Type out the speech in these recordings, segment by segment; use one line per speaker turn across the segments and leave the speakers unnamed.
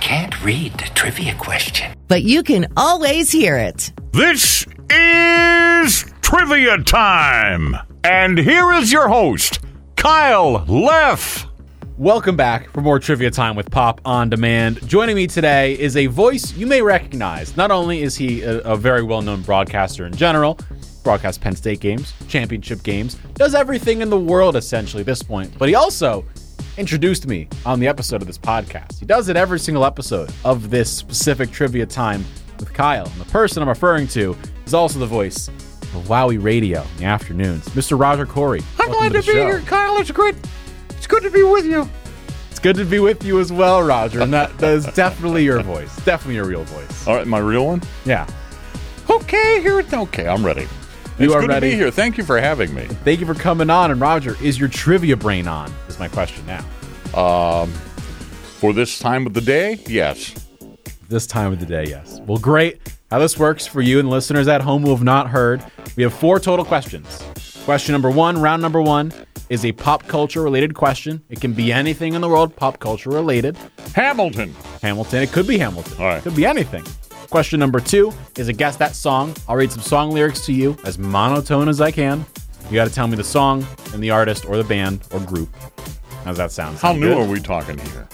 can't read the trivia question.
but you can always hear it.
This is trivia time. And here is your host, Kyle Leff.
Welcome back for more trivia time with Pop on Demand. Joining me today is a voice you may recognize. Not only is he a, a very well known broadcaster in general, broadcasts Penn State games, championship games, does everything in the world essentially at this point, but he also introduced me on the episode of this podcast. He does it every single episode of this specific trivia time with Kyle. And the person I'm referring to is also the voice of Wowie Radio in the afternoons, Mr. Roger Corey.
I'm
Welcome
glad to
the
be
show.
here, Kyle. It's good. It's good to be with you.
It's good to be with you as well, Roger. And that, that is definitely your voice. Definitely your real voice.
All right, my real one?
Yeah.
Okay, here it Okay, I'm ready.
You
it's
are
good
ready?
to be here. Thank you for having me.
Thank you for coming on. And Roger, is your trivia brain on? Is my question now.
For this time of the day, yes.
This time of the day, yes. Well, great. How this works for you and listeners at home who have not heard, we have four total questions. Question number one, round number one, is a pop culture related question. It can be anything in the world pop culture related.
Hamilton.
Hamilton. It could be Hamilton.
All right.
Could be anything. Question number two is a guess that song. I'll read some song lyrics to you as monotone as I can. You got to tell me the song and the artist or the band or group. How's that sound?
How
Sound
new
good?
are we talking here?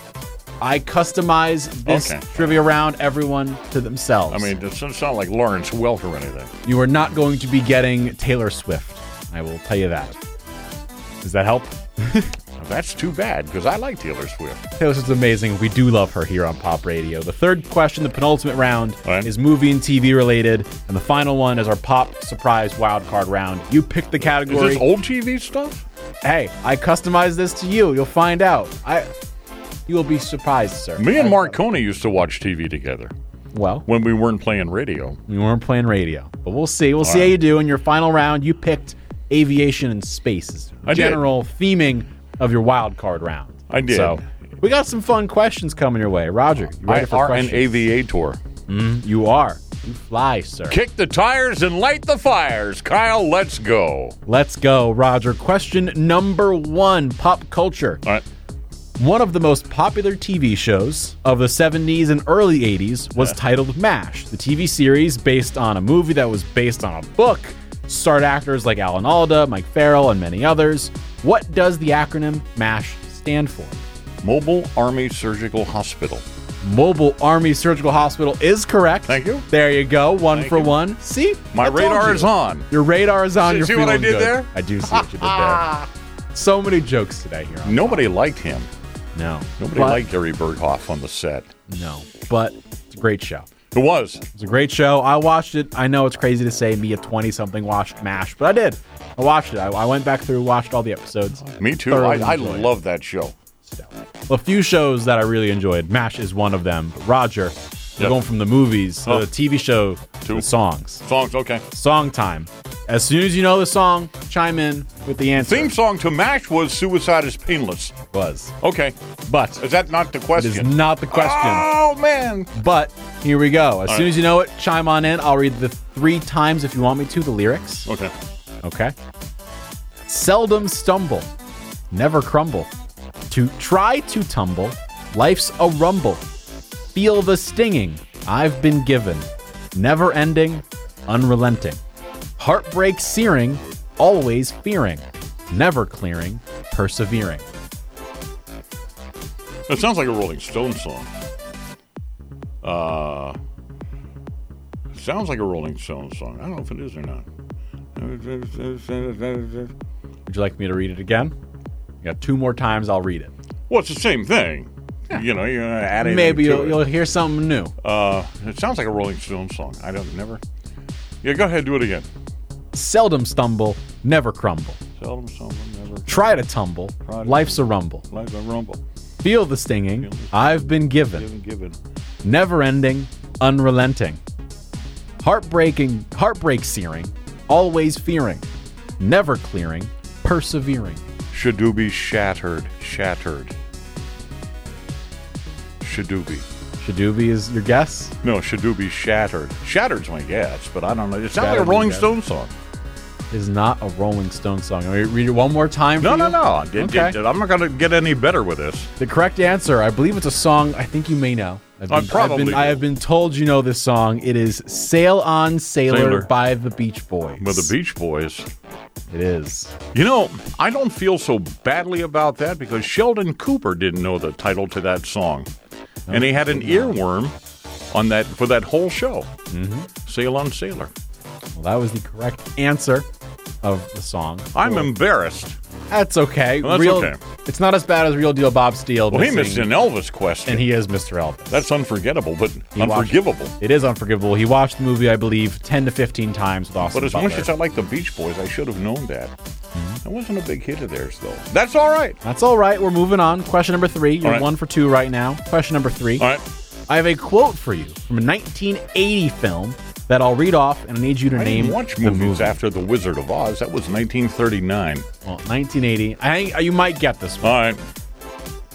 I customize this
Okay.
trivia round, everyone to themselves.
I mean, it doesn't sound like Lawrence Welk or anything.
you are not going to be getting Taylor Swift. I will tell you that. Does that help?
That's too bad because I like Taylor Swift.
Taylor Swift's amazing. We do love her here on Pop Radio. The third question, the penultimate round,
All right.
is movie and TV related, and the final one is our pop surprise wild card round. You pick the
Is
category.
this old TV stuff?
hey, I customized this to you. You'll find out. I, you will be surprised, sir.
Me and
I-
Marconi used to watch TV together
Well,
when we weren't playing radio.
we weren't playing radio, but we'll see. We'll see how you do in your final round. You picked aviation and space. It's the
I did.
general theming of your wild card round.
I did.
So we got some fun questions coming your way, Roger. You ready
I
for
are
questions?
an aviator.
You are. You fly, sir.
Kick the tires and light the fires. Kyle, let's go.
Let's go, Roger. Question number one pop culture.
All right.
One of the most popular TV shows of the 70s and early 80s was titled MASH, the TV series based on a movie that was based on a book. Starred actors like Alan Alda, Mike Farrell, and many others. What does the acronym MASH stand for?
Mobile Army Surgical Hospital.
Mobile Army Surgical Hospital is correct.
Thank you.
There you go. One
Thank
for
you.
one. See?
My
I told
radar
you.
is on.
Your radar is on.
See-
You're
see what I
feeling
did
good.
there?
I do see what you did there. So many jokes today here. On
Nobody liked him.
no,
Nobody
But-
liked Gary Berghoff on the set.
No, but it's a great show.
It was.
It's a great show. I watched it. I know it's crazy to say me at twenty something watched Mash, but I did. I watched it. I, I went back through, watched all the episodes.
Me too.
Thoroughly
I, I
enjoyed it.
love that show.
So, a few shows that I really enjoyed. Mash is one of them. But Roger, we're
Yep.
going from the movies to
Oh.
the TV show to
Two.
the songs.
Songs, okay.
Song time. As soon as you know the song, chime in with the answer.
Theme song to MASH was Suicide is Painless.
was,
Okay.
but
Is that not the
it is
question?
not the question.
Oh, man.
But here we go. As
All
soon
right.
as you know it, chime on in. I'll read the three times if you want me to the lyrics.
Okay.
Okay. Seldom stumble, never crumble. To try to tumble, life's a rumble. Feel the stinging I've been given, never ending, unrelenting. Heartbreak searing, always fearing, never clearing, persevering.
That sounds like a Rolling Stone song. Uh, sounds like a Rolling Stone song. I don't know if it is or not.
Would you like me to read it again? You got two more times, I'll read it.
Well, it's the same thing. You know, you're not adding.
Maybe
anything
you'll,
to
you'll
it.
hear something new.
Uh, it sounds like a Rolling Stone song. I don't never. Yeah, go ahead, do it again.
Seldom stumble, never crumble.
Seldom, seldom, never.
Try to tumble,
Try to
life's a rumble.
Like a rumble,
Feel the stinging I've been given,
given, given.
never ending, unrelenting. Heartbreaking, heartbreak searing, always fearing, never clearing, persevering.
Shadoobie shattered, shattered. Shadoobie.
Shadoobie is your guess?
No, Shadoobie shattered. Shattered's my guess, but I don't know. It sounds like a
Shattered's
Rolling
guess.
Stone song.
is not a Rolling Stone song. Let me read it one more time.
No,
for
no,
you.
no. I did-
Okay.
did- I'm not going to get any better with this.
The correct answer, I believe it's a song I think you may know. I've
I probably
I've been,
do.
I have been told you know this song. It is Sail On Sailor,
Sailor.
by the Beach Boys.
With the Beach Boys.
It is.
You know, I don't feel so badly about that because Sheldon Cooper didn't know the title to that song,
Oh,
and he had an earworm on that for that whole show. Mm-hmm. Sail on Sailor.
Well, that was the correct answer of the song.
I'm embarrassed.
That's okay.
Well, that's
Real,
okay.
It's not as bad as Real Deal Bob Steele.
Well, he missed
missing-
an Elvis question.
And he is Mr. Elvis.
That's unforgivable, but
watched-
unforgivable.
it is unforgivable. He watched the movie, I believe, 10 to 15 times with Austin
But as
Butler.
much as I like the Beach Boys, I should have known that. That wasn't a big hit of theirs, though. That's all right.
That's all right. We're moving on. Question number three. You're
right.
one for two right now. Question number three.
All right.
I have a quote for you from a 1980 film that I'll read off, and I need you to
I
name
didn't watch
the
movies
movie.
after The Wizard of Oz. That was 1939.
Well, 1980. I you might get this one.
All right.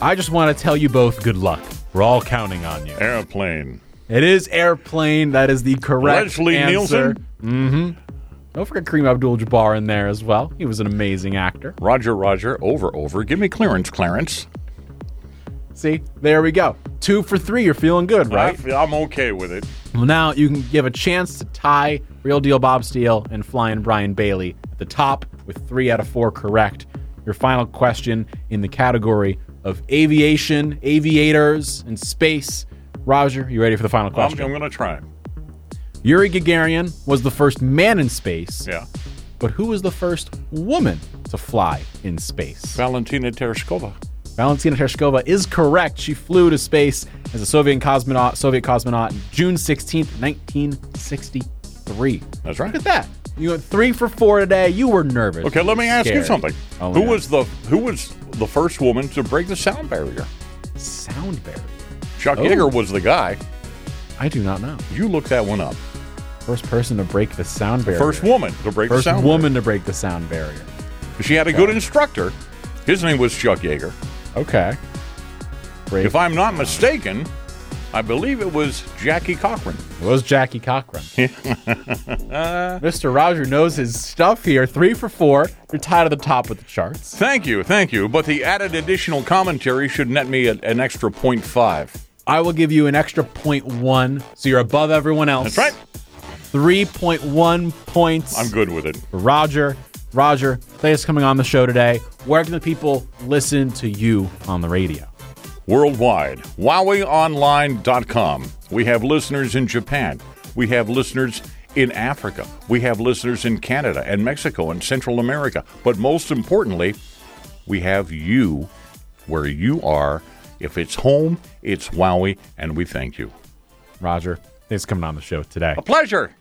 I just want to tell you both good luck. We're all counting on you.
Airplane.
It is airplane. That is the correct
Leslie
answer. Mm-hmm.
Nielsen.
Don't forget Kareem Abdul-Jabbar in there as well. He was an amazing actor.
Roger, Roger, over, over. Give me clearance, Clarence.
See, there we go. Two for three. You're feeling good, right?
I, am okay with it.
Well, now you can give a chance to tie Real Deal Bob Steele and Flying Brian Bailey at the top with three out of four correct. Your final question in the category of aviation, aviators, and space. Roger, you ready for the final
I'm,
question?
I'm going to try.
Yuri Gagarin was the first man in space,
Yeah.
but who was the first woman to fly in space?
Valentina Tereshkova.
Valentina Tereshkova is correct. She flew to space as a Soviet cosmonaut, Soviet cosmonaut June 16th, 1963.
That's right.
Look at that. You went three for four today. You were nervous.
Okay, let me ask you
Scared.
something.
Oh,
who
yeah.
was the who was the first woman to break the sound barrier?
sound barrier?
Chuck
Oh.
Yeager was the guy.
I do not know.
You look that one up.
First person to break the sound barrier.
First woman to break
First
the sound
woman to break the sound barrier.
barrier. She had a good instructor. His name was Chuck Yeager.
Okay. Break.
If I'm not mistaken, I believe it was Jackie Cochran.
It was Jackie Cochran. Mr. Roger knows his stuff here. Three for four. You're tied at the top of the charts.
Thank you, thank you. But the added additional commentary should net me a- an extra point five.
I will give you an extra point one, so you're above everyone else.
That's right.
Three point one points.
I'm good with it.
Roger, Roger, thanks for coming on the show today. Where can the people listen to you on the radio?
Worldwide, WowieOnline.com. We have listeners in Japan. We have listeners in Africa. We have listeners in Canada and Mexico and Central America. But most importantly, we have you where you are. If it's home, it's Wowie, and we thank you.
Roger, thanks for coming on the show today.
A pleasure.